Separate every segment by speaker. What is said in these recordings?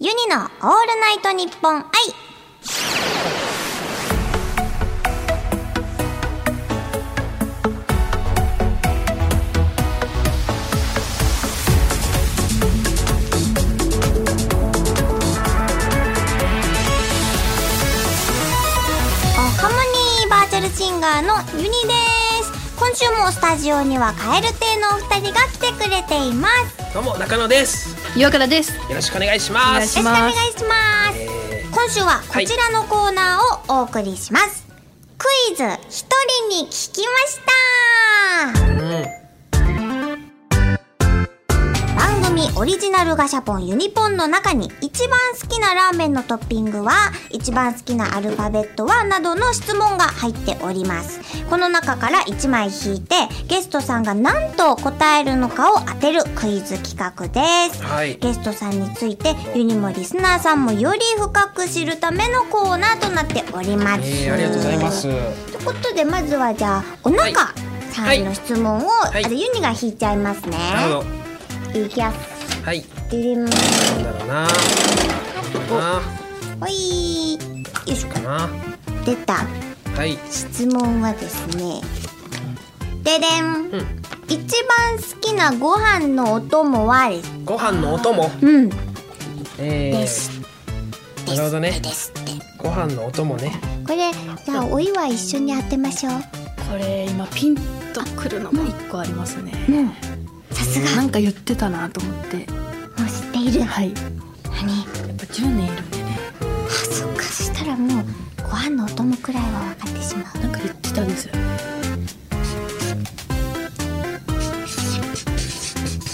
Speaker 1: 12の「オールナイトニッポン愛」おハモニーバーチャルシンガーのユニです今週もスタジオにはカエル亭のお二人が来てくれています
Speaker 2: どうも中野です。
Speaker 3: 岩倉です。
Speaker 2: よろしくお願いしま
Speaker 1: よ
Speaker 2: す。
Speaker 1: ろしくお願いします、
Speaker 2: え
Speaker 1: 今週はこちらのコーナーをお送りします、クイズ一人に聞きました
Speaker 2: ー
Speaker 1: 番組オリジナルガシャポンユニポンの中に一番好きなラーメンのトッピングは一番好きなアルファベットはなどの質問が入っておりますこの中から1枚引いてゲストさんが何と答えるのかを当てるクイズ企画です
Speaker 2: うん、はい。
Speaker 1: ゲストさんについてユニもリスナーさんもより深く知るためのコーナーとなっております。
Speaker 2: えー、ありがとうございます。
Speaker 1: ということでまずはじゃあおなかさんの質問を、
Speaker 2: い
Speaker 1: あれユニが引いちゃいますね。
Speaker 2: なるほど。
Speaker 1: いきます。
Speaker 2: はい。
Speaker 1: デリン
Speaker 2: なんだろうな。な
Speaker 1: ほいよいしょ
Speaker 2: かな。
Speaker 1: 出た
Speaker 2: はい。
Speaker 1: 質問はですねででん、
Speaker 2: ん
Speaker 1: 一番好きなご飯のお供はです
Speaker 2: ご飯のお供。
Speaker 1: うん
Speaker 2: え
Speaker 1: で
Speaker 2: ー
Speaker 1: す、
Speaker 2: なるほどね。
Speaker 1: ですって
Speaker 2: ご飯のお供ね。
Speaker 1: これじゃあお祝い一緒に当てましょう
Speaker 3: これ今ピンとくるのが一個ありますね。
Speaker 1: うんさすが
Speaker 3: なんか言ってたなと思って。
Speaker 1: もう知っている
Speaker 3: はい。や
Speaker 1: 何
Speaker 3: っぱ10年いるんでね。
Speaker 1: あそっかそしたらもうご飯のお供くらいは分かってしまう
Speaker 3: なんか言ってたんですよ。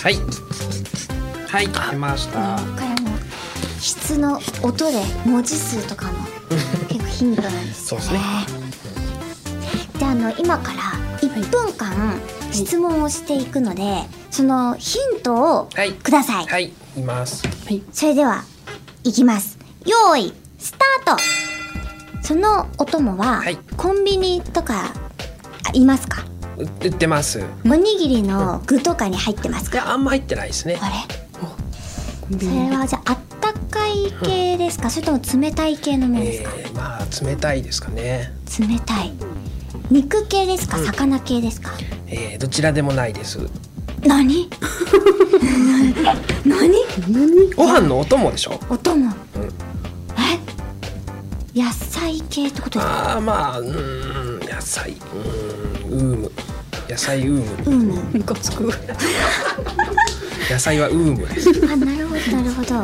Speaker 2: はい。はい。出ました。
Speaker 1: これも質の音で文字数とかも結構ヒントなんですよね
Speaker 2: そうですね
Speaker 1: じゃああの今から1分間質問をしていくので、そのヒントを
Speaker 2: はい
Speaker 1: ください、
Speaker 2: はい。います。
Speaker 3: はい。
Speaker 1: それではいきますよーいスタートそのお供は、
Speaker 2: はい
Speaker 1: コンビニとかあいますか
Speaker 2: う売ってます。い
Speaker 1: おにぎりの具とかに入ってますか
Speaker 2: やあんま入ってないですね。
Speaker 1: あれそれはじゃああったかい系ですかそれとも冷たい系のものです
Speaker 2: え
Speaker 1: か、
Speaker 2: ー、まあ冷たいですかね。
Speaker 1: 冷たい肉系ですか魚系ですか、
Speaker 2: えー、どちらでもないです。
Speaker 1: 何 何
Speaker 2: ご飯のお供でしょ。
Speaker 1: お供、え野菜系ってことですか
Speaker 2: ああまあうーん野菜うーんウーム野菜ウーム
Speaker 1: うむ
Speaker 3: ムカつく。
Speaker 2: 野菜はウームです
Speaker 1: あなるほどなるほど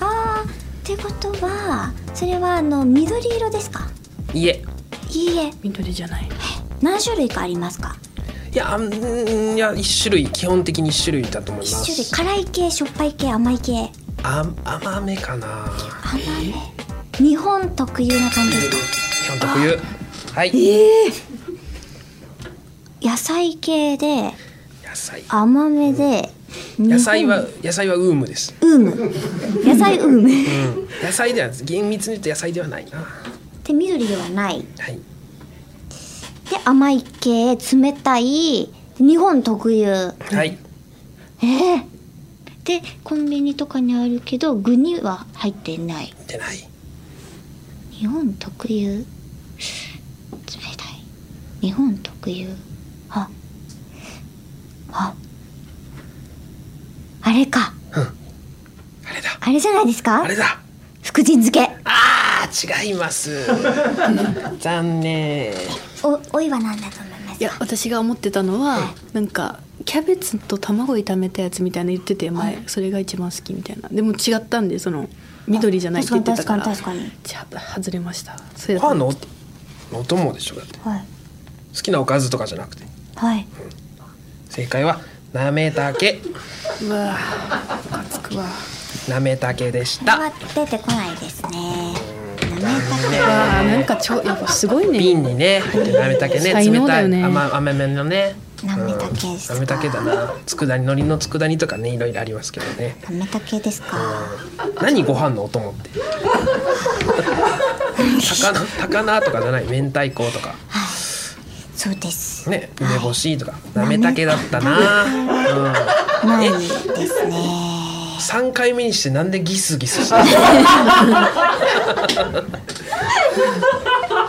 Speaker 1: あーってことはそれはあの緑色ですか
Speaker 2: いえ
Speaker 1: いいえ
Speaker 3: 緑じゃない。
Speaker 1: 何種類かありますか
Speaker 2: いやあんうんいや一種類基本的に一種類だと思いま
Speaker 1: 一種類
Speaker 2: す
Speaker 1: 辛い系しょっぱい系甘い系
Speaker 2: あ甘めかな
Speaker 1: 甘め日本特有な感じですか
Speaker 2: 基本特有はい
Speaker 1: 野菜系で
Speaker 2: 野菜
Speaker 1: 甘めで
Speaker 2: 野菜は野菜はウームです、
Speaker 1: ウーム野菜ウー
Speaker 2: う
Speaker 1: ム
Speaker 2: ん、野菜では厳密に言うと野菜ではないなは
Speaker 1: で緑ではないで
Speaker 2: い
Speaker 1: 甘い系冷たい日本特有
Speaker 2: はい
Speaker 1: えーでコンビニとかにあるけど具には入ってない
Speaker 2: でない
Speaker 1: 日本特有冷たい日本特有あああれか
Speaker 2: あれだ
Speaker 1: あれじゃないですか
Speaker 2: あれだ
Speaker 1: 福神漬け
Speaker 2: あー違います 残念
Speaker 1: おおいは何だと思います
Speaker 3: いや私が思ってたのはなんかキャベツと卵炒めたやつみたいな言ってて前それが一番好きみたいな。でも違ったんでその緑じゃないって言ってたから。
Speaker 1: 確かに確
Speaker 3: じゃあ外れました。それ
Speaker 2: ご
Speaker 3: だと
Speaker 2: 飯
Speaker 3: 思
Speaker 2: の
Speaker 3: う
Speaker 2: おお供でしょだって
Speaker 1: はい
Speaker 2: 好きなおかずとかじゃなくて
Speaker 1: はい
Speaker 2: 正解はなめたけ
Speaker 3: うわあ。ムカつくわ。
Speaker 2: なめたけでし
Speaker 1: これ
Speaker 2: た
Speaker 1: は出てこないですねなめた
Speaker 3: うわあなんか超やっぱすごいね。
Speaker 2: 瓶にね入ってるなめたけね
Speaker 3: 才
Speaker 2: 冷
Speaker 3: 能だ
Speaker 2: た
Speaker 3: よ
Speaker 2: い
Speaker 3: ね
Speaker 2: 甘甘めのね
Speaker 1: なめたけですか
Speaker 2: なめたけだな佃煮海苔の佃煮とかねいろいろありますけどね
Speaker 1: けなめたけですか
Speaker 2: 何ご飯のお供って高菜高菜とかじゃない明太子とか
Speaker 1: そうです
Speaker 2: ね梅干しとかなめたけだったな、うん、
Speaker 1: ないですね
Speaker 2: 三回目にしてなんでギスギスしてる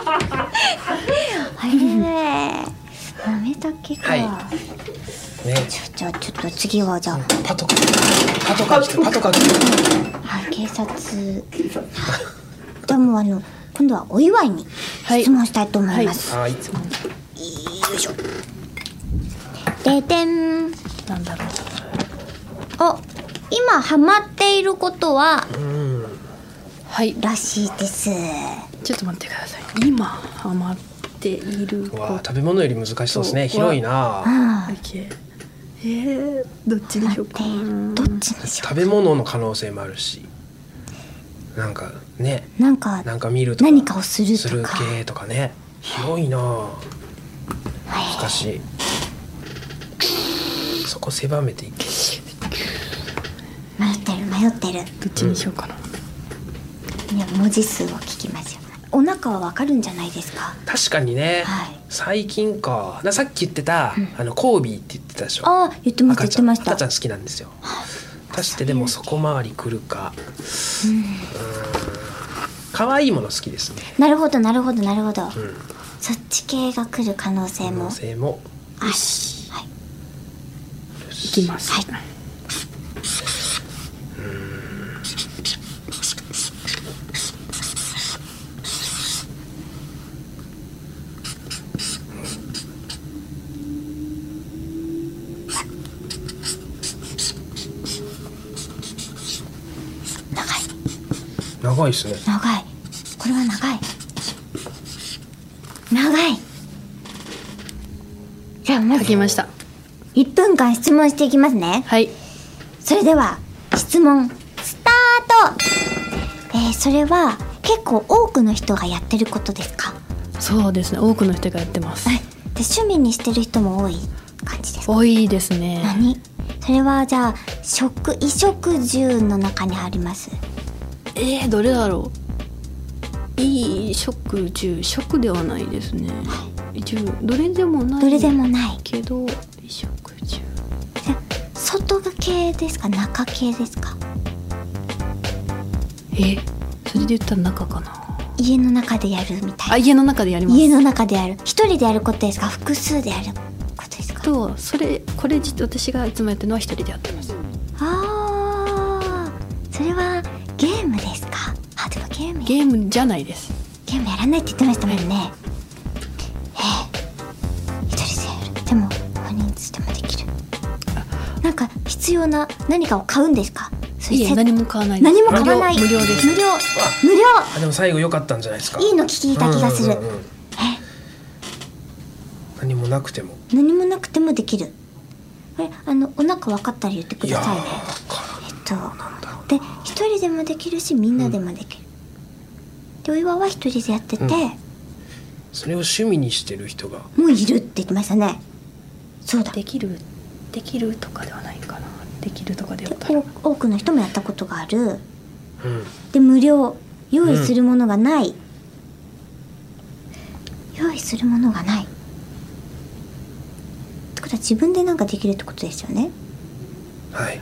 Speaker 1: はいなめたけか、
Speaker 2: はいね
Speaker 1: ちょじゃあちょっと次はじゃあ、
Speaker 2: パトカーパトカー来てパトカー来て
Speaker 1: はい、警察。はいでもあの今度はお祝いに
Speaker 3: はい
Speaker 1: 質問したいと思います。
Speaker 2: はい
Speaker 1: よいしょ。ででん。
Speaker 3: なんだろう
Speaker 1: お、今ハマっていることは
Speaker 3: はい
Speaker 1: らしいです。
Speaker 3: ちょっと待ってください今ハマっているこ
Speaker 2: う
Speaker 3: と
Speaker 2: わ食べ物より難しそうですね
Speaker 3: そう
Speaker 2: 広いな
Speaker 1: うん。
Speaker 3: だけえー、どっちでしょうか
Speaker 1: で、どっちにしよ
Speaker 2: 食べ物の可能性もあるしなんかね
Speaker 1: う。なんか
Speaker 2: なんか見るとか
Speaker 1: 何かをするとか
Speaker 2: する系とかね広いな難しいそこ狭めていけ
Speaker 1: 迷ってる迷ってる。
Speaker 3: どっちにしようかな、
Speaker 1: ね文字数を聞きましょう。お腹はわかるんじゃないですか。
Speaker 2: 確かにね、
Speaker 1: はい
Speaker 2: 最近かださっき言ってた、あのコービーって言ってたでしょ
Speaker 1: あー言ってました言
Speaker 2: 赤ちゃん
Speaker 1: ってました
Speaker 2: 赤ちゃん好きなんですよ足してでもそこ回りくるかうん可愛いもの好きですね
Speaker 1: なるほどなるほどなるほど。
Speaker 2: ん
Speaker 1: そっち系が来る可能性
Speaker 2: 可
Speaker 1: も
Speaker 2: 能。性も
Speaker 1: よし。はい。
Speaker 3: いきます、
Speaker 1: はい長い
Speaker 2: 長いですね
Speaker 1: 長いこれは長い長いじゃあま
Speaker 3: 書
Speaker 1: ず
Speaker 3: きました
Speaker 1: 1分間質問していきますね
Speaker 3: はい
Speaker 1: それでは質問スタート、えー、それは結構多くの人がやってることですか
Speaker 3: そうですね多くの人がやってます、
Speaker 1: で趣味にしてる人も多い感じですか
Speaker 3: 多いですね
Speaker 1: 何それはじゃあ食衣食住の中にあります
Speaker 3: えー、どれだろういい食住食ではないですね住どれでもない
Speaker 1: どれでもない
Speaker 3: けど衣食住
Speaker 1: じゃあ外が系ですか中系ですか
Speaker 3: えそれで言ったら中かな
Speaker 1: 家の中でやるみたいな
Speaker 3: あ家の中でやります
Speaker 1: 家の中でやる一人でやることですか複数でやることですか
Speaker 3: とそれこれじ私がいつもやってるのは一人でやってます
Speaker 1: あーそれはゲームですかあでもゲームゲ
Speaker 3: ゲームじゃないです
Speaker 1: ームやらないって言ってましたもんねええ一人でやるでも大人数でもできるなんか必要な何かを買うんですかそう
Speaker 3: い
Speaker 1: いう
Speaker 3: え
Speaker 1: セ
Speaker 3: 何も買わないです
Speaker 1: 何も買わない
Speaker 3: 無料無料です
Speaker 1: 無料無料
Speaker 2: あでも最後良かったんじゃないですか
Speaker 1: いいの聞いた気がする
Speaker 2: うんうんうんうん
Speaker 1: え
Speaker 2: 何もなくても
Speaker 1: 何もなくてもできるこれあのお腹分かったら言ってく
Speaker 2: いや
Speaker 1: ださいね
Speaker 2: ーか
Speaker 1: えっとで一人でもできるしみんなでもできる、でお岩は一人でやってて、
Speaker 2: うんそれを趣味にしてる人が
Speaker 1: もういるって言ってましたねそうだ
Speaker 3: できるできるとかではないかなできるとかではない
Speaker 1: お多くの人もやったことがある
Speaker 2: うん
Speaker 1: で無料用意するものがない、用意するものがないってことは自分でなんかできるってことですよね
Speaker 2: はい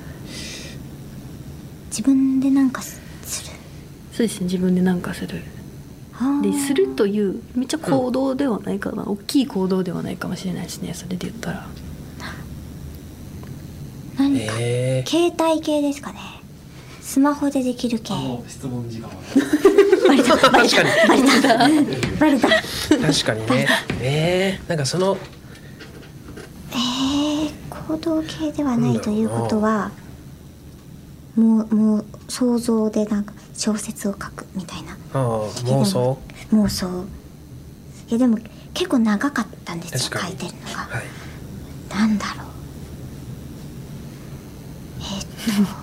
Speaker 1: 自分でなんかすする
Speaker 3: そうですね自分で何かする
Speaker 1: あー
Speaker 3: でするというめっちゃ行動ではないかな、大きい行動ではないかもしれないですねそれで言ったら
Speaker 1: 何か、
Speaker 2: えー、
Speaker 1: 携帯系ですかねスマホでできる系
Speaker 4: もう質問時間は
Speaker 2: 確かに
Speaker 1: バレた
Speaker 2: 確かにね ねえなんかその
Speaker 1: えー、行動系ではないということはもうもう想像でなんか小説を書くみたいな
Speaker 2: あー妄想
Speaker 1: 妄想いやでも結構長かったんですよ
Speaker 2: 確
Speaker 1: 書
Speaker 2: か
Speaker 1: い
Speaker 2: に
Speaker 1: てるのが、
Speaker 2: はい
Speaker 1: なんだろうえっと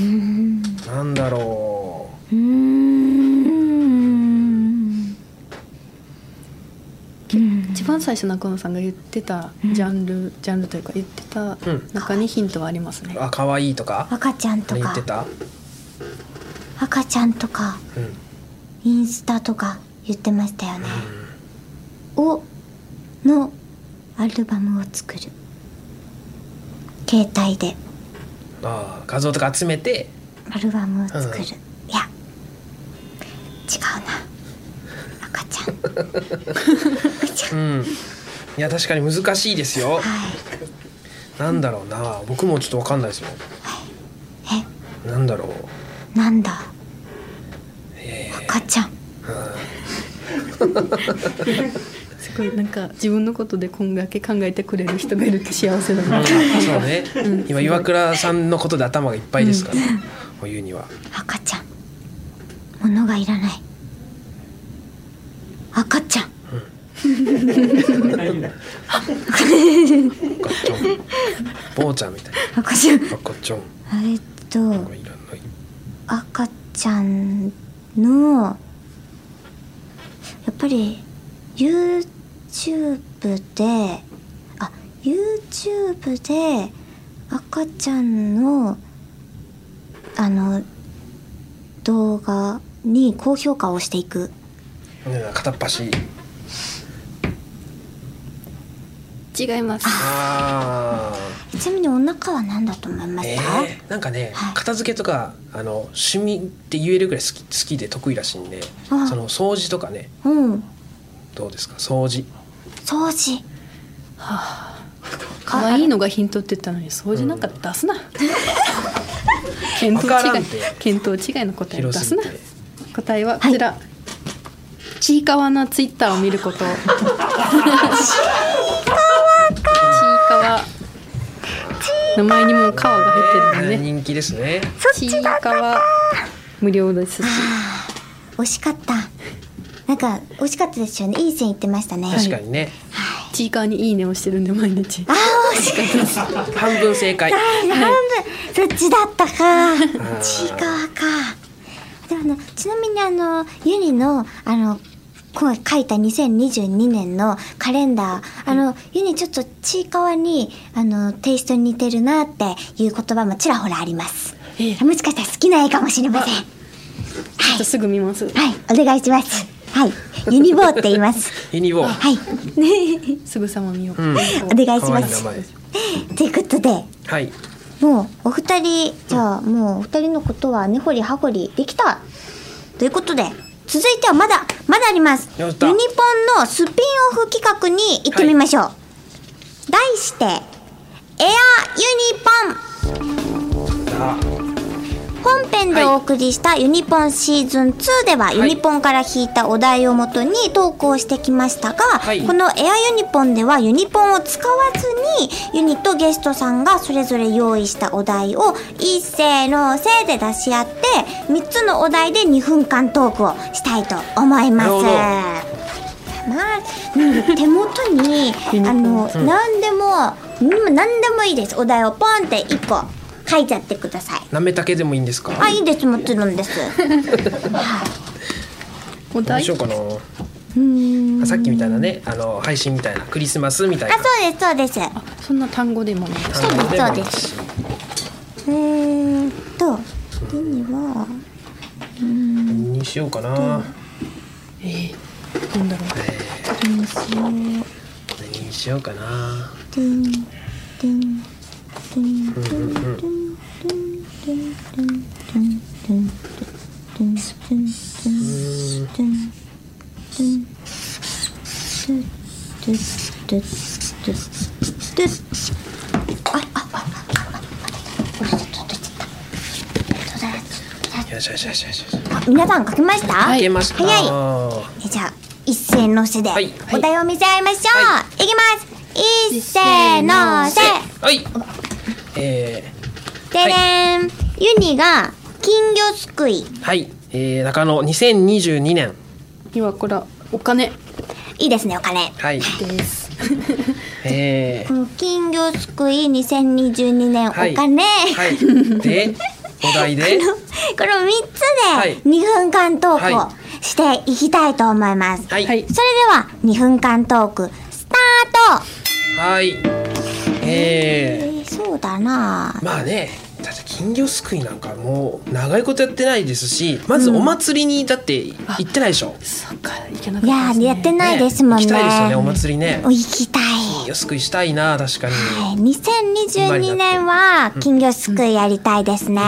Speaker 1: うーん
Speaker 2: なんだろう
Speaker 1: うーんうん
Speaker 3: 一番最初中野さんが言ってたジャンル、ジャンルというか言ってた
Speaker 2: ん
Speaker 3: 中にヒントはありますね、
Speaker 2: あ可愛いとか
Speaker 1: 赤ちゃんと
Speaker 2: 言
Speaker 1: か
Speaker 2: ってた
Speaker 1: 赤ちゃんとか
Speaker 2: うん
Speaker 1: インスタとか言ってましたよね。をのアルバムを作る携帯で
Speaker 2: あー画像とか集めて
Speaker 1: アルバムを作る、
Speaker 2: うん
Speaker 1: いや違うな赤ちゃん赤ちゃん
Speaker 2: うんいや確かに難しいですよなんだろうな僕もちょっとわかんないですも
Speaker 1: はい
Speaker 2: んなんだろう
Speaker 1: えなんだ
Speaker 2: え
Speaker 1: 赤ちゃん
Speaker 3: すごいなんか自分のことでこんだけ考えてくれる人がいるって幸せだ
Speaker 2: ーう
Speaker 3: な。
Speaker 2: んそうね今岩倉さんのことで頭がいっぱいですからお湯には
Speaker 1: 赤ちゃん物がいらない赤ちゃん
Speaker 2: ガッチョン坊ちゃんみたいな
Speaker 1: 赤ちゃん
Speaker 2: ガッチョン
Speaker 1: えっと
Speaker 2: いらない
Speaker 1: 赤ちゃんのやっぱり YouTube であ YouTube で赤ちゃんのあの動画に高評価をしていく
Speaker 2: ね片っ端
Speaker 3: 違います。
Speaker 2: あ
Speaker 1: ちなみにお腹は何だと思いま
Speaker 2: ー
Speaker 1: す
Speaker 2: え
Speaker 1: か、
Speaker 2: ー、なんかね、
Speaker 1: はい
Speaker 2: 片付けとかあの趣味って言えるぐらい好き好きで得意らしいんでそ
Speaker 1: あ
Speaker 2: の掃除とかね
Speaker 1: うん
Speaker 2: どうですか掃除
Speaker 1: 掃除
Speaker 3: 可愛いのがヒントって言ったのに掃除なんか 出すな。見
Speaker 2: わか
Speaker 3: 当
Speaker 2: ら
Speaker 3: 違
Speaker 2: ん
Speaker 3: い
Speaker 2: て
Speaker 3: 見当違いの答え出
Speaker 2: 広
Speaker 3: す
Speaker 2: す
Speaker 3: な
Speaker 2: ぎ。て
Speaker 3: 答えはこちら。ちいかわのツイッターを見ること。ちいかわか。名前にも「かわ」が入ってるんでね。
Speaker 2: 人気ですね
Speaker 3: ちいかわ無料ですし。
Speaker 1: 惜しかったなんか惜しかったですよねいい線いってましたね
Speaker 2: 確かにね、
Speaker 3: ちいかわにいいねをしてるんで毎日。
Speaker 2: 半分正解
Speaker 1: 半分そっちだったか
Speaker 2: ー
Speaker 1: ちいかわかでもねちなみにあのユニのあの今書いた2022年のカレンダーあの、ユニちょっとちいかわにあのテイストに似てるなっていう言葉もちらほらあります
Speaker 3: ええ
Speaker 1: もしかしたら好きな絵かもしれません
Speaker 3: じゃあすぐ見ます。
Speaker 1: はいお願いしますはいユニボーって言います
Speaker 2: ユニボー
Speaker 1: はい
Speaker 3: すぐさま見よう。
Speaker 2: う
Speaker 1: お
Speaker 2: ん
Speaker 1: 願いし
Speaker 2: 可
Speaker 1: ま
Speaker 2: 愛い名
Speaker 1: す
Speaker 2: 前
Speaker 1: ということで
Speaker 2: はい
Speaker 1: もうお二人じゃあもうお二人のことは根掘り葉掘りできたということで続いてはまだまだありますユ
Speaker 2: やっ
Speaker 1: ニ
Speaker 2: た
Speaker 1: ポンのスピンオフ企画に行ってみましょう、題してエアユニ
Speaker 2: あ
Speaker 1: ポン本編でお送りしたユニポンシーズン2では、ユニポンから引いたお題をもとに投稿してきましたが、
Speaker 2: はい
Speaker 1: このエアユニポンではユニポンを使わずにユニとゲストさんがそれぞれ用意したお題を一斉のせいで出し合って3つのお題で2分間トークをしたいと思いま
Speaker 2: な
Speaker 1: す
Speaker 2: るほど。
Speaker 1: まあ、うん手元に あの、何でも、うん、何でもいいですお題をポンって1個書いちゃってください。
Speaker 2: なめたけでもいいんですか
Speaker 1: あいいですもちろんです。
Speaker 3: お
Speaker 2: どう
Speaker 3: 題
Speaker 2: しようかな
Speaker 1: うん
Speaker 2: あさっきみたいなねあの配信みたいなクリスマスみたい
Speaker 1: あ
Speaker 2: な
Speaker 1: そうですそうです。
Speaker 3: そんな単語でもないです。
Speaker 1: そうですそうですえー、っと次には
Speaker 2: にしようかな
Speaker 3: ええなんだろう。
Speaker 1: 何しよう。
Speaker 2: 何にしようかな
Speaker 1: てんてんてんてんてんてんてんてんてんてんてんてんてんてんてんてんてんてんてんてんてんああああああちょっと取っちゃった取られち
Speaker 2: よしよしよしよしよし
Speaker 1: ゃったあ皆さん書けました
Speaker 2: いけました
Speaker 1: 早いえじゃあ一斉のせで
Speaker 2: はい
Speaker 1: お題を見せ合いましょう、い、きます一斉のせ
Speaker 2: はいえ
Speaker 1: でれん、ユニが金魚すくい
Speaker 2: ー、はい、えー、中野2022年
Speaker 3: 今これはお金
Speaker 1: いいですねお金
Speaker 2: はい
Speaker 3: です。
Speaker 2: え
Speaker 1: この金魚すくい2022年お
Speaker 2: はい
Speaker 1: 金、
Speaker 2: ー、はいでお題で
Speaker 1: このこの
Speaker 2: は
Speaker 1: 3
Speaker 2: い
Speaker 1: つで2分間トー
Speaker 2: は
Speaker 1: クをしていきたいと思います、
Speaker 2: はい
Speaker 3: は
Speaker 2: はいい、
Speaker 1: それでは2分間トークスタートえ
Speaker 2: え
Speaker 1: ー、そうだな
Speaker 2: ー、まあねだって金魚すくいなんかもう長いことやってないですしまずお祭りにだって行ってないでしょ、
Speaker 3: そっかいけないか
Speaker 1: や
Speaker 3: ったです
Speaker 1: ー
Speaker 3: ね。
Speaker 1: やってないですもん
Speaker 2: 行
Speaker 1: ね
Speaker 2: きたいですよねお祭りね
Speaker 1: お行きたい
Speaker 2: 金魚すくいしたいな確かに、
Speaker 1: はい2022年は金魚すくいやりたいですね。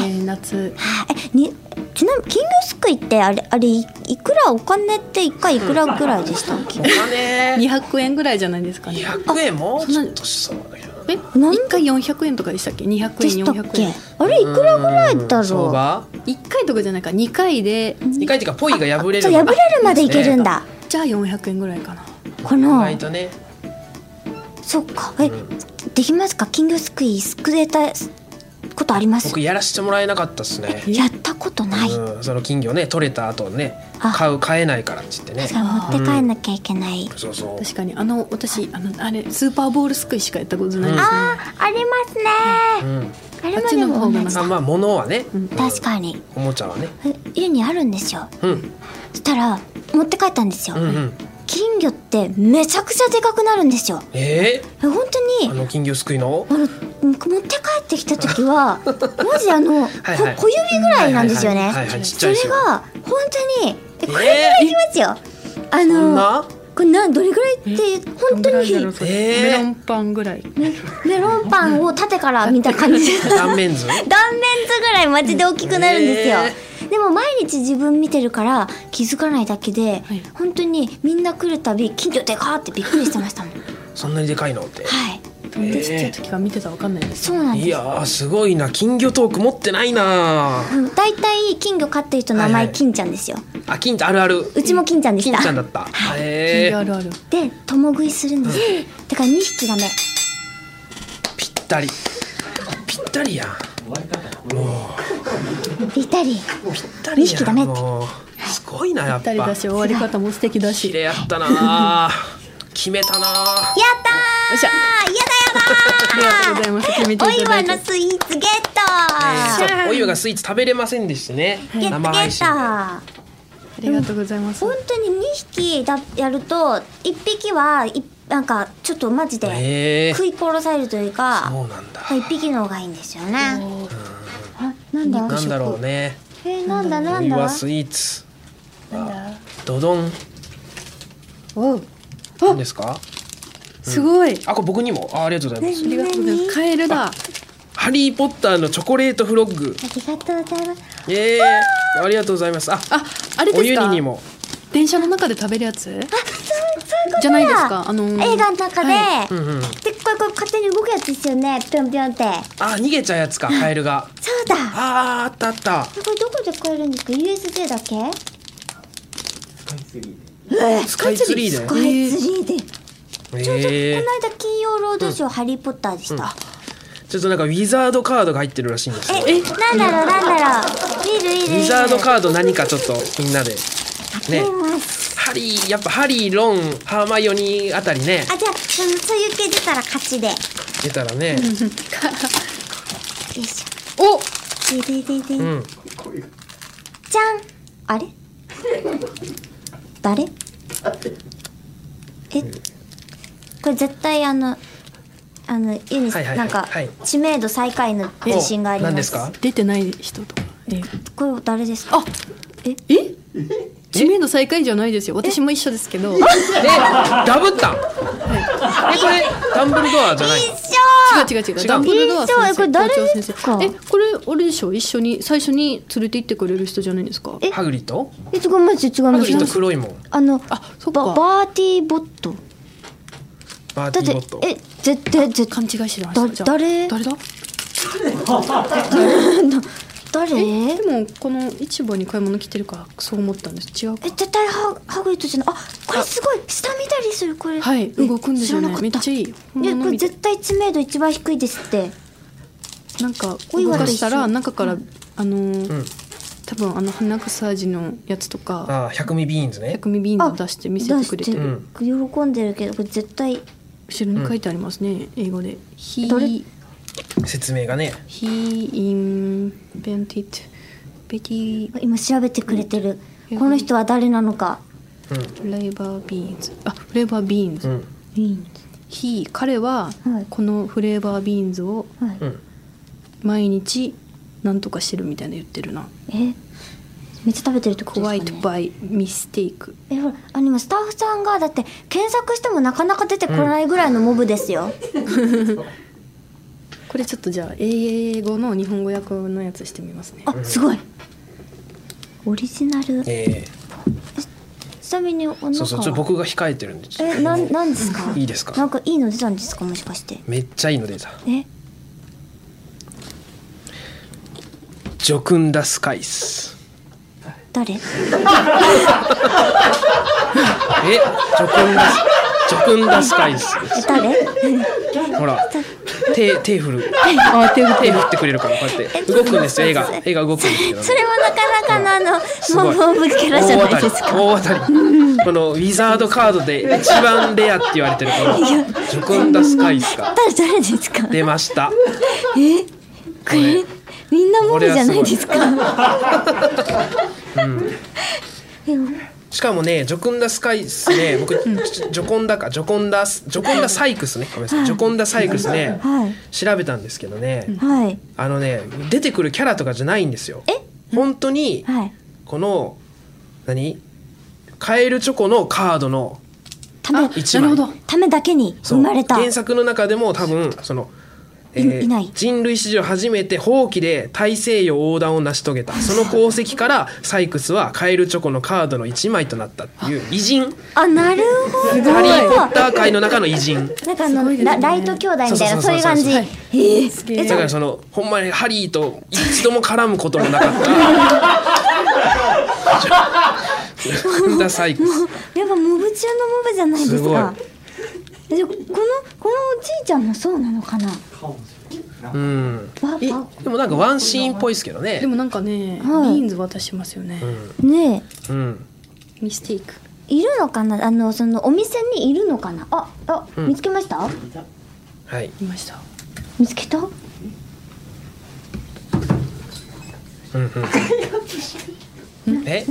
Speaker 2: ね
Speaker 3: ね夏
Speaker 1: えにちなみに金魚すくいってあれあれいいくらお金って一回いくらぐらいでしたっけ
Speaker 2: お金
Speaker 3: 200円ぐらいじゃないですかね
Speaker 2: 200円もちょっとしそうだけど
Speaker 3: え
Speaker 1: なん
Speaker 3: 一回400円とかでしたっけ200円
Speaker 1: でしたっ
Speaker 3: 400
Speaker 1: け
Speaker 3: 円
Speaker 1: あれいくらぐらいだろう
Speaker 2: 相場
Speaker 3: 1回とかじゃないか2回で
Speaker 2: 2回っていうかポイが破れる
Speaker 1: そう破れるまでいけるん
Speaker 2: だ
Speaker 1: だ。
Speaker 3: じゃあ400円ぐらいかな
Speaker 1: こ
Speaker 2: 意
Speaker 1: の
Speaker 2: 外とね
Speaker 1: そっかえできますか金魚すくいすくれたことあります
Speaker 2: 僕やらせてもらえなかったっすね
Speaker 1: やったことない。
Speaker 2: うん、その金魚ね取れた後ね
Speaker 1: あ
Speaker 2: 買う買えないからって言ってね
Speaker 1: それ持って帰んなきゃいけない。
Speaker 2: そうそう
Speaker 3: 確かにあの私あのあれスーパーボールすくいしかやったことないですね
Speaker 1: あーありますね。
Speaker 2: うん、
Speaker 1: あれまでも同じ
Speaker 2: あまあ物はね、うん
Speaker 1: 確かに
Speaker 2: おもちゃはね
Speaker 1: え家にあるんですよ。
Speaker 2: うん
Speaker 1: そしたら持って帰ったんですよ。
Speaker 2: うんうん
Speaker 1: 金魚ってめちゃくちゃでかくなるんですよ。え
Speaker 2: え
Speaker 1: 本当
Speaker 2: ー、あ
Speaker 1: に
Speaker 2: の金魚すくいの
Speaker 1: あの持って帰ってきた時はマジあの
Speaker 2: はいはい
Speaker 1: こ小指ぐらいなんですよ
Speaker 2: は
Speaker 1: ね
Speaker 2: いはいはいはいちっち
Speaker 1: そ
Speaker 2: ゃ
Speaker 1: れ
Speaker 2: いですよ
Speaker 1: が本当にえこれぐら
Speaker 2: え
Speaker 1: い
Speaker 2: ー
Speaker 1: いきますよ、あ
Speaker 2: そん
Speaker 1: の
Speaker 2: な
Speaker 1: これなどれぐらいって本当に
Speaker 3: それ
Speaker 2: えー
Speaker 3: メロンパンぐらい
Speaker 1: メロンパンを縦から見た感じ
Speaker 2: 断面図
Speaker 1: 断面図ぐらいマジで大きくなるんですよ、でも毎日自分見てるから気づかないだけで、
Speaker 3: はい
Speaker 1: 本当にみんな来るたび金魚でかーってびっくりしてましたもんは
Speaker 2: そんなにでかいのって
Speaker 1: い
Speaker 3: ほんとちっちゃい時から見てたらわかんないです
Speaker 1: そうなんです
Speaker 2: いやーすごいな金魚トーク持ってないな
Speaker 1: うん大体金魚飼ってる人の名
Speaker 2: はい
Speaker 1: 前
Speaker 2: はい
Speaker 1: 金ちゃんですよ、
Speaker 2: あ金あるある
Speaker 1: うちも金ちゃんでし
Speaker 2: 金
Speaker 1: た
Speaker 2: ちゃんだったへ
Speaker 3: 金魚
Speaker 2: え
Speaker 3: あるある
Speaker 1: で共食いするんですだから2匹がね
Speaker 2: ぴったりぴったりやん
Speaker 1: いたり
Speaker 2: ぴったり
Speaker 1: 二
Speaker 2: や
Speaker 1: 匹ダ
Speaker 2: ん
Speaker 1: メって
Speaker 2: もうすごいなやっぱ
Speaker 3: 二人だし終わり方も素敵だし
Speaker 2: 綺麗やったな決めたな
Speaker 1: やったー
Speaker 3: よっしゃあり
Speaker 1: やだや
Speaker 3: がとうご
Speaker 1: だ
Speaker 3: ざいます決めて
Speaker 1: ー
Speaker 3: い
Speaker 1: お
Speaker 3: た
Speaker 1: 岩
Speaker 3: だいて
Speaker 1: のスイーツゲッ
Speaker 2: えー
Speaker 1: ト
Speaker 2: そうお湯がスイーツ食べれませんでしてね
Speaker 1: ゲッ
Speaker 2: 生
Speaker 1: トゲ
Speaker 2: 配信で
Speaker 1: ット
Speaker 3: ありがとうございます
Speaker 1: 本当に2匹だやると1匹はいなんかちょっとマジで
Speaker 2: へえ
Speaker 1: 食い殺されるというか、
Speaker 2: そうなんだ
Speaker 1: 1匹の方がいいんですよね
Speaker 3: おー
Speaker 1: あなんだ
Speaker 2: なんだろうね
Speaker 1: えー、なんだな
Speaker 2: お
Speaker 1: ん
Speaker 2: 湯は
Speaker 1: だ
Speaker 2: スイーツ
Speaker 3: なんだ
Speaker 2: ドドン
Speaker 3: おう
Speaker 2: 何ですか
Speaker 3: すごい
Speaker 2: あこれ僕にもあありがとうございます
Speaker 3: ありがとうございますカエルだ
Speaker 2: ハリーポッターのチョコレートフロッグ
Speaker 1: ありがとうございます
Speaker 2: イエーイありがとうございますあ
Speaker 3: ああれ
Speaker 2: お
Speaker 3: です
Speaker 2: 湯
Speaker 3: か
Speaker 2: ににも
Speaker 3: 電車の中で食べるや
Speaker 1: あ
Speaker 3: つ
Speaker 1: そうそういうことだ
Speaker 3: じゃないですかあのー
Speaker 1: 映画の中で、
Speaker 3: は
Speaker 2: うんうん
Speaker 1: でこれこれ勝手に動くやつですよねぴょんぴょんって
Speaker 2: あ逃げちゃうやつかカエルが
Speaker 1: そうだ
Speaker 2: あーあったあった
Speaker 1: これどこで買えるんですか USJ だけ
Speaker 2: スカイツリ
Speaker 1: ス
Speaker 2: ー
Speaker 1: カイツリーで、
Speaker 2: で
Speaker 1: ちょうどこ
Speaker 2: へえ
Speaker 1: の間金曜ロードショー、ハリーポッターでした、
Speaker 2: ちょっとなんかウィザードカードが入ってるらしいんですよ
Speaker 1: えなんだろうなんだろう見る見る見
Speaker 2: ウ
Speaker 1: る
Speaker 2: ィザードカード何かちょっとみんなでね
Speaker 1: 見ます
Speaker 2: ハリーやっぱハリーロンハーマイオニーあたりね
Speaker 1: あじゃあそのそういう系出たら勝ちでよ
Speaker 2: 出たらね
Speaker 1: いし
Speaker 3: お
Speaker 1: ょでででで、
Speaker 2: うん
Speaker 1: じゃんあれ誰えこれ絶対あのあのユニス、
Speaker 2: はいはいは
Speaker 1: な
Speaker 2: い
Speaker 1: んか、
Speaker 2: はい
Speaker 1: 知名度最下位の自信があります
Speaker 2: 何ですか
Speaker 3: 出てない人とかえ
Speaker 1: これ誰ですか
Speaker 3: あえ知名度最下位じゃないですよ私も一緒ですけど違う違う
Speaker 2: えダブったんえこれダンブルドアじゃない
Speaker 1: 一緒
Speaker 3: 違
Speaker 2: 違う
Speaker 3: うダンブルドア先
Speaker 1: えーそう
Speaker 3: 生
Speaker 1: えこれ誰ですか
Speaker 3: 校長先生えこれあれでしょ一緒に最初に連れて行ってくれる人じゃないですか
Speaker 1: え
Speaker 2: ハグリッド
Speaker 1: え違います違い
Speaker 2: ハ
Speaker 1: ま
Speaker 2: グリッド
Speaker 1: す
Speaker 2: 黒いもん
Speaker 1: あの
Speaker 3: あそっ
Speaker 1: バ
Speaker 3: か
Speaker 1: バーティーボット
Speaker 2: バーテ
Speaker 1: だ
Speaker 2: ィ
Speaker 1: っ
Speaker 2: ー
Speaker 1: て
Speaker 2: ボット
Speaker 1: え絶対絶
Speaker 3: 勘違いしてまし
Speaker 1: だ
Speaker 3: たじゃあ
Speaker 1: 誰
Speaker 3: 誰だ
Speaker 1: 誰
Speaker 3: え
Speaker 1: え
Speaker 3: でもこの市場に買い物来てるからそう思ったんです違うか
Speaker 1: 絶対ハハグリッドじゃないあこれすごい下見たりするこれ
Speaker 3: はい
Speaker 1: え
Speaker 3: 動くんですよ
Speaker 1: 知らな
Speaker 3: ね
Speaker 1: かった
Speaker 3: めっちゃいいよ
Speaker 1: いやこれ
Speaker 3: みたい
Speaker 1: 絶対知名度一番低いですって
Speaker 3: なんか
Speaker 1: お祝
Speaker 3: 動
Speaker 1: いと一緒
Speaker 3: かしたら中からあのー
Speaker 2: うん
Speaker 3: 多分あの鼻くそ味のやつとか
Speaker 2: あ百味ビーンズね
Speaker 3: 薬味ビーンを出して見せてくれて
Speaker 1: 出
Speaker 3: る
Speaker 1: して喜んでるけどこれ絶対
Speaker 3: 後ろに書いてありますね英語で「He
Speaker 1: どれ
Speaker 2: 説明がね
Speaker 3: He invented Betty
Speaker 1: 今調べてくれてるこの人は誰なのか
Speaker 2: う
Speaker 3: Flavor Beans」あフレーバービーンズ、
Speaker 2: んうん
Speaker 1: いいん
Speaker 3: He 彼は
Speaker 1: はい
Speaker 3: このフレーバービーンズを
Speaker 1: はい
Speaker 2: うん
Speaker 3: 毎日なんとかしてるみたいな言ってるな
Speaker 1: えめっちゃ食べてるってことです
Speaker 3: 怖
Speaker 1: か
Speaker 3: い
Speaker 1: ね
Speaker 3: とバイミステイク
Speaker 1: えほらあの今スタッフさんがだって検索してもなかなか出てこないぐらいのモブですよ、
Speaker 3: これちょっとじゃあ英語の日本語訳のやつしてみますね
Speaker 1: あすごいオリジナル
Speaker 2: え
Speaker 1: ちなみにお腹
Speaker 2: え
Speaker 1: は
Speaker 2: そうそうちょっと僕が控えてるんでちょっと
Speaker 1: えなんなんですか
Speaker 2: いいですか
Speaker 1: なんかいいの出たんですかもしかして
Speaker 2: めっちゃいいの出た
Speaker 1: え
Speaker 2: ジョクンダスカイス
Speaker 1: 誰
Speaker 2: えジョクンダスジョクンダスカイス
Speaker 1: 誰
Speaker 2: ほら手手振る
Speaker 3: あ手
Speaker 2: 手振ってくれるからこうやって 動くんですよ絵が絵が動くんですけど
Speaker 1: それもなかなかのあの、
Speaker 2: す
Speaker 1: モ
Speaker 2: ごい
Speaker 1: ブモブキャラじゃ
Speaker 2: 大当
Speaker 1: な
Speaker 2: た
Speaker 1: い
Speaker 2: り
Speaker 1: ですか
Speaker 2: 大当たりこのウィザードカードで一番レアって言われてるこのジョコンダスカイスが
Speaker 1: 誰誰ですか
Speaker 2: 出ました
Speaker 1: えこれ
Speaker 2: こ
Speaker 1: みんなモブじゃないですか
Speaker 2: しかもねジョコンダスカイスね僕ジョコンダかジョコンダスジョコンダサイクスねごめんなさいジョコンダサイクスね
Speaker 1: はい
Speaker 2: 調べたんですけどね
Speaker 1: はい
Speaker 2: あのね出てくるキャラとかじゃないんですよ本当に
Speaker 1: はい
Speaker 2: この何カエルチョコのカードの
Speaker 1: ため
Speaker 2: 一
Speaker 3: なる
Speaker 2: 枚
Speaker 3: ほど
Speaker 1: ためだけに生
Speaker 2: そう
Speaker 1: まれた
Speaker 2: 原作の中でも多分その、え
Speaker 1: いいない
Speaker 2: 人類史上初めて放棄で大西洋横断を成し遂げたその功績からサイクスはカエルチョコのカードの1枚となったっていう偉人
Speaker 1: あなるほど
Speaker 2: ハリー・ポッター界の中の偉人
Speaker 1: なんかあの、
Speaker 3: すごいですね
Speaker 1: ラライト兄弟みたいな
Speaker 2: そ
Speaker 1: そう
Speaker 2: そうそうそう
Speaker 1: ういう感じ、
Speaker 2: はい
Speaker 1: えー
Speaker 3: げえ
Speaker 1: えじ
Speaker 2: だ
Speaker 1: ゃ
Speaker 2: か
Speaker 1: あ
Speaker 2: らそのほんまにハリーと一度も絡むこともなかったダサイクス
Speaker 1: やっぱモブ中のモブじゃないです
Speaker 2: すごい
Speaker 1: かえじゃあこのこのおじいちゃんもそうなのかな
Speaker 2: うん
Speaker 1: バ
Speaker 3: え
Speaker 1: バ
Speaker 2: でもなんかワンシーンっぽいですけど
Speaker 3: で
Speaker 2: ね
Speaker 3: もなんかね、
Speaker 1: はい
Speaker 3: ビーンズ渡してますよね、
Speaker 1: ね
Speaker 2: うん
Speaker 3: ミステイク
Speaker 1: えいるのかなあのそのお店にいるのかなああ、
Speaker 2: うん
Speaker 1: 見つけました
Speaker 2: はい
Speaker 3: いました
Speaker 1: 見つけた
Speaker 2: うんうんえ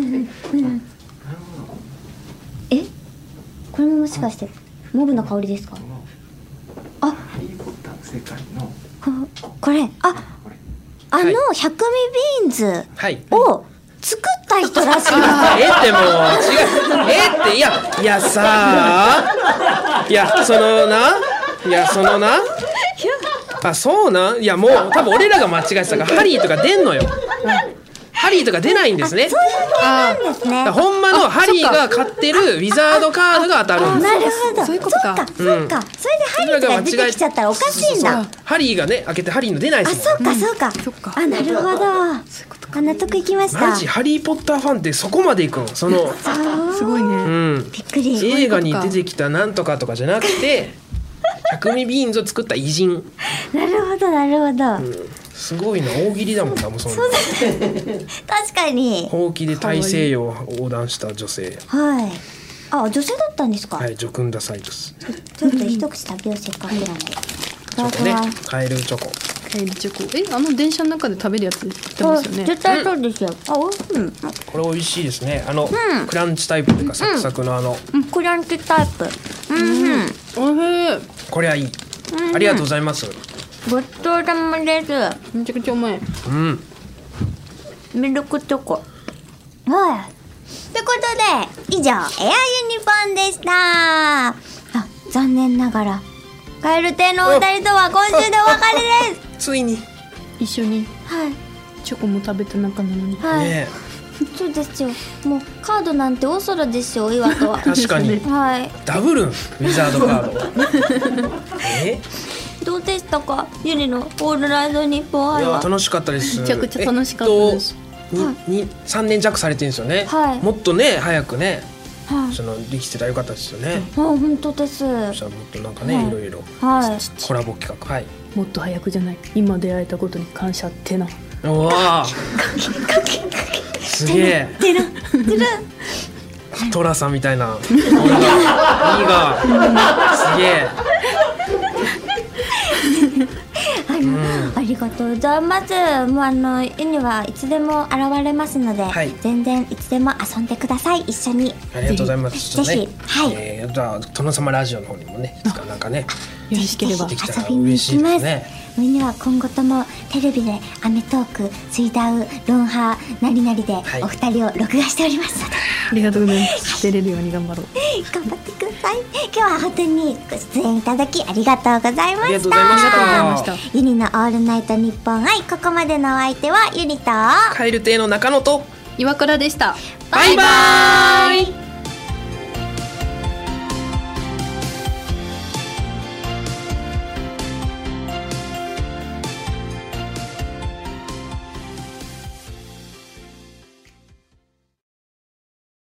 Speaker 1: えこれももしかしてモブの香りですかあ
Speaker 4: ハリー・ポッターの世界の
Speaker 1: ここれあ
Speaker 4: これ
Speaker 1: あ
Speaker 2: はい
Speaker 1: の百味ビーンズ
Speaker 2: はい
Speaker 1: を作った人らしいです
Speaker 2: えってもう違うえっていやいやさあいやそのないやそのなあそうなんいやもう多分俺らが間違えてたからハリーとか出んのよハリーとか出ないんですねあ
Speaker 1: そうですね
Speaker 2: だからほんまのハリーが買ってるウィザードカードが当たるんです
Speaker 1: なるほど。
Speaker 3: そういうことか
Speaker 1: そっか、そっか。それでハリーとか出てきちゃったらおかしいんだ。
Speaker 2: ハリーがね開けてハリーの出ないで
Speaker 1: あ、
Speaker 2: す
Speaker 1: そ
Speaker 2: も
Speaker 1: っか、そっか。
Speaker 3: そっか
Speaker 1: あ、なるほど。あ、納得いきまし
Speaker 2: ん
Speaker 1: た
Speaker 2: マ。ジハリー・ポッターファンってそこまでいくのその
Speaker 3: すごいね、
Speaker 2: うん
Speaker 1: びっくり。
Speaker 2: 映画に出てきたなんとかとかじゃなくて百味ビーンズを作った偉人
Speaker 1: なるほど、なるほど。
Speaker 2: すごいな大喜利だもんなもうそんな
Speaker 1: 確かに。
Speaker 2: ほうきで大西洋を横断した女性
Speaker 1: はい。あ、女性だったんですか。
Speaker 2: はいジョクンダサイトスち
Speaker 1: ちょっと一口食べよう、せっかくなので。
Speaker 2: ょっとね
Speaker 1: ふわふわ
Speaker 2: カエルチョコ
Speaker 3: えーチョコえあの電車の中で食べるやつ言ってますよ
Speaker 1: あ
Speaker 3: ね
Speaker 1: 絶対そうですよ。あ、おいしい。うん
Speaker 2: これ美味しいですねあの、クランチタイプというかサクサクのあの、
Speaker 1: うん、クランチタイプ。うんうん。
Speaker 3: おいしい
Speaker 2: これはいい、ありがとうございます
Speaker 1: ごちそうさまです。
Speaker 3: めちゃくちゃうまい
Speaker 2: うん
Speaker 1: ミルクチョコ。はい。ってことで、以上、エアユニフォンでした。あ、残念ながら、カエル亭のお二人とは今週でお別れです。
Speaker 2: ついに
Speaker 3: 一緒に
Speaker 1: はい、
Speaker 3: チョコも食べた中なのに
Speaker 1: はい、
Speaker 2: ね
Speaker 1: そうですよ。もうカードなんて大空ですよ、岩とは。
Speaker 2: 確かに
Speaker 1: はい、
Speaker 2: ダブルンウィザードカード え
Speaker 1: どうでしたか、ゆりのオールライドニッポン
Speaker 2: い
Speaker 1: 愛
Speaker 2: や
Speaker 1: は。
Speaker 2: 楽しかったです
Speaker 3: めちゃくちゃ楽しかったです
Speaker 2: えっとにに3年弱されてるんですよね、
Speaker 1: はい
Speaker 2: もっとね早くね
Speaker 1: はい、
Speaker 2: そのできてたらよかったですよね、
Speaker 1: あ、本当 です。
Speaker 2: そしたらもっとなんかね、
Speaker 1: はい
Speaker 2: いろいろ
Speaker 1: はい。
Speaker 2: コラボ企画はい
Speaker 3: もっと早くじゃない今出会えたことに感謝ってな
Speaker 2: うわあすげえ
Speaker 1: てる、てる。
Speaker 2: トラさんみたいな俺がいいがすげえ
Speaker 1: あのありがとうございます。もうあの家にはいつでも現れますので、
Speaker 2: はい
Speaker 1: 全然いつでも遊んでください。一緒に。
Speaker 2: ありがとうございます
Speaker 1: ぜひ
Speaker 2: ちょっとね
Speaker 1: はい
Speaker 2: えーじゃあ殿様ラジオの方にもねいつかなんかね、
Speaker 3: よろしければ
Speaker 1: ぜひ
Speaker 2: でき
Speaker 1: ぜ
Speaker 2: たら
Speaker 1: ひ遊びに行き
Speaker 2: 嬉しいで
Speaker 1: ます
Speaker 2: すね
Speaker 1: みんなは今後ともテレビで『アメトーク』『水ダウ』『ロンハー』なりなりで
Speaker 2: はい
Speaker 1: お二人を録画しておりますので、
Speaker 3: ありがとうございます出れるように頑張ろう
Speaker 1: 頑張ってください今日は本当にご出演いただきありがとうございま
Speaker 2: ありがと
Speaker 1: し
Speaker 2: うございました
Speaker 1: た
Speaker 3: ありがとうございまし
Speaker 1: ユニのオールナイトニッポン愛ここまでのお相手はユニと
Speaker 2: カエル亭の中野と
Speaker 3: 岩倉でした
Speaker 2: バイバーイ
Speaker 1: イ